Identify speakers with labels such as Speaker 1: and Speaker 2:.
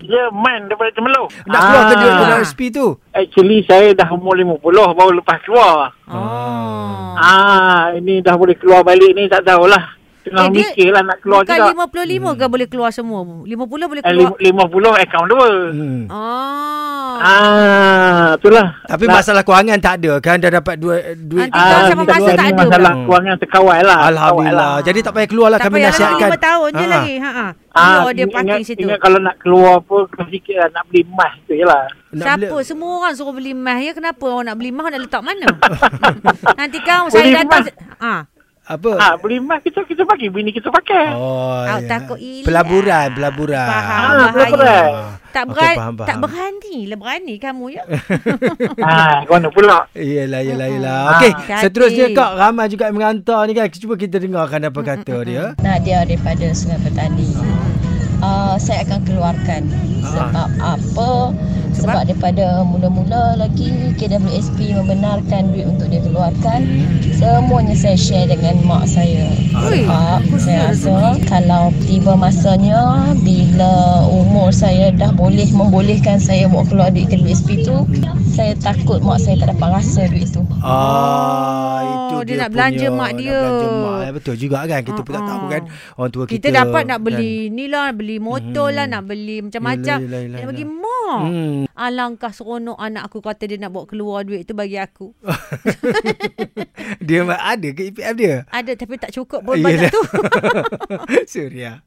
Speaker 1: Jerman Ya, daripada Temeluk.
Speaker 2: Dah keluar ke duit
Speaker 3: Ah.
Speaker 2: guna RSP tu?
Speaker 1: Actually saya dah umur 50 baru lepas keluar.
Speaker 3: Ah. Oh.
Speaker 1: Ah, ini dah boleh keluar balik ni tak tahulah. Tengah eh,
Speaker 3: Eh, dia
Speaker 1: mikirlah nak keluar
Speaker 3: Bukan
Speaker 1: juga.
Speaker 3: 55 hmm. ke boleh keluar semua? 50 boleh
Speaker 1: Eh,
Speaker 3: keluar?
Speaker 1: lim- 50 account dua.
Speaker 2: Hmm.
Speaker 3: Ah.
Speaker 1: Ah, itulah.
Speaker 2: Tapi
Speaker 1: Nak-
Speaker 2: masalah kewangan tak ada kan dah dapat duit duit.
Speaker 3: Nanti kalau
Speaker 1: Ah,
Speaker 3: sama
Speaker 1: kita
Speaker 3: masa
Speaker 1: buat
Speaker 3: tak
Speaker 1: ni
Speaker 3: ada
Speaker 1: Masalah
Speaker 2: pula.
Speaker 1: kewangan terkawal lah.
Speaker 2: Alhamdulillah.
Speaker 3: Awak lah.
Speaker 2: Jadi tak payah keluar lah
Speaker 3: tak
Speaker 2: kami
Speaker 3: payah
Speaker 2: nasihatkan.
Speaker 3: lagi 5 tahun je
Speaker 2: Ha.
Speaker 3: lagi. Ha ah.
Speaker 1: Ah,
Speaker 3: Keluar dia
Speaker 1: ingat-
Speaker 3: parking situ.
Speaker 1: Ingat kalau nak keluar apa, kena fikir lah, nak beli emas tu je lah.
Speaker 2: Nak
Speaker 3: Siapa?
Speaker 2: beli-
Speaker 3: Semua orang suruh beli mah ya. Kenapa orang nak beli mah nak letak mana? Nanti kau
Speaker 1: Beli
Speaker 3: saya datang.
Speaker 1: mah.
Speaker 3: se- Ha.
Speaker 2: Apa?
Speaker 1: Ah, beli emas kita kita pakai, bini kita pakai.
Speaker 2: Oh,
Speaker 3: Ah,
Speaker 2: ya.
Speaker 3: takut hilang.
Speaker 2: Pelaburan, pelaburan. Ah.
Speaker 3: Faham.
Speaker 1: Ah,
Speaker 3: bahaya.
Speaker 1: berat.
Speaker 3: Tak
Speaker 2: Okey,
Speaker 3: berani,
Speaker 2: faham,
Speaker 3: tak
Speaker 2: faham.
Speaker 3: berani lah berani kamu ya.
Speaker 1: Ah, kau nak pula.
Speaker 2: Yelah, yelah, yelah.
Speaker 3: Mm-mm.
Speaker 2: Okey,
Speaker 3: Ah, Hati-hati.
Speaker 2: seterusnya Kak ramai juga yang mengantar ni kan. Cuba kita dengarkan apa kata dia.
Speaker 4: Nadia daripada Sungai Petani. Uh, saya akan keluarkan sebab apa? Sebab, Ah. sebab daripada mula-mula lagi KWSP membenarkan duit untuk dia keluarkan, semuanya saya share dengan mak saya.
Speaker 3: Ui,
Speaker 4: Sebab
Speaker 3: khusus
Speaker 4: saya Eh, rasa kalau tiba masanya bila umur saya dah boleh membolehkan saya buat keluar duit KWSP tu, saya takut mak saya tak dapat rasa duit tu.
Speaker 2: Ah,
Speaker 3: Oh,
Speaker 2: itu
Speaker 3: dia
Speaker 2: dia,
Speaker 3: nak belanja
Speaker 2: punya,
Speaker 3: mak dia.
Speaker 2: Nak belanja mak. Ya, Betul juga kan. Kita pun tak
Speaker 3: Ha-ha.
Speaker 2: tahu kan orang tua kita.
Speaker 3: Kita, dapat
Speaker 2: kan.
Speaker 3: nak
Speaker 2: Hmm.
Speaker 3: beli ni lah, beli motor lah, nak beli macam-macam.
Speaker 2: Yelah, yelah, yelah,
Speaker 3: Dia nak bagi
Speaker 2: yelah.
Speaker 3: mak.
Speaker 2: Hmm.
Speaker 3: Alangkah seronok anak aku kata dia nak bawa keluar duit tu bagi aku.
Speaker 2: Dia ada ke E EPF dia?
Speaker 3: Ada tapi tak cukup pun banyak
Speaker 2: Yelah.
Speaker 3: tu.
Speaker 2: Suria.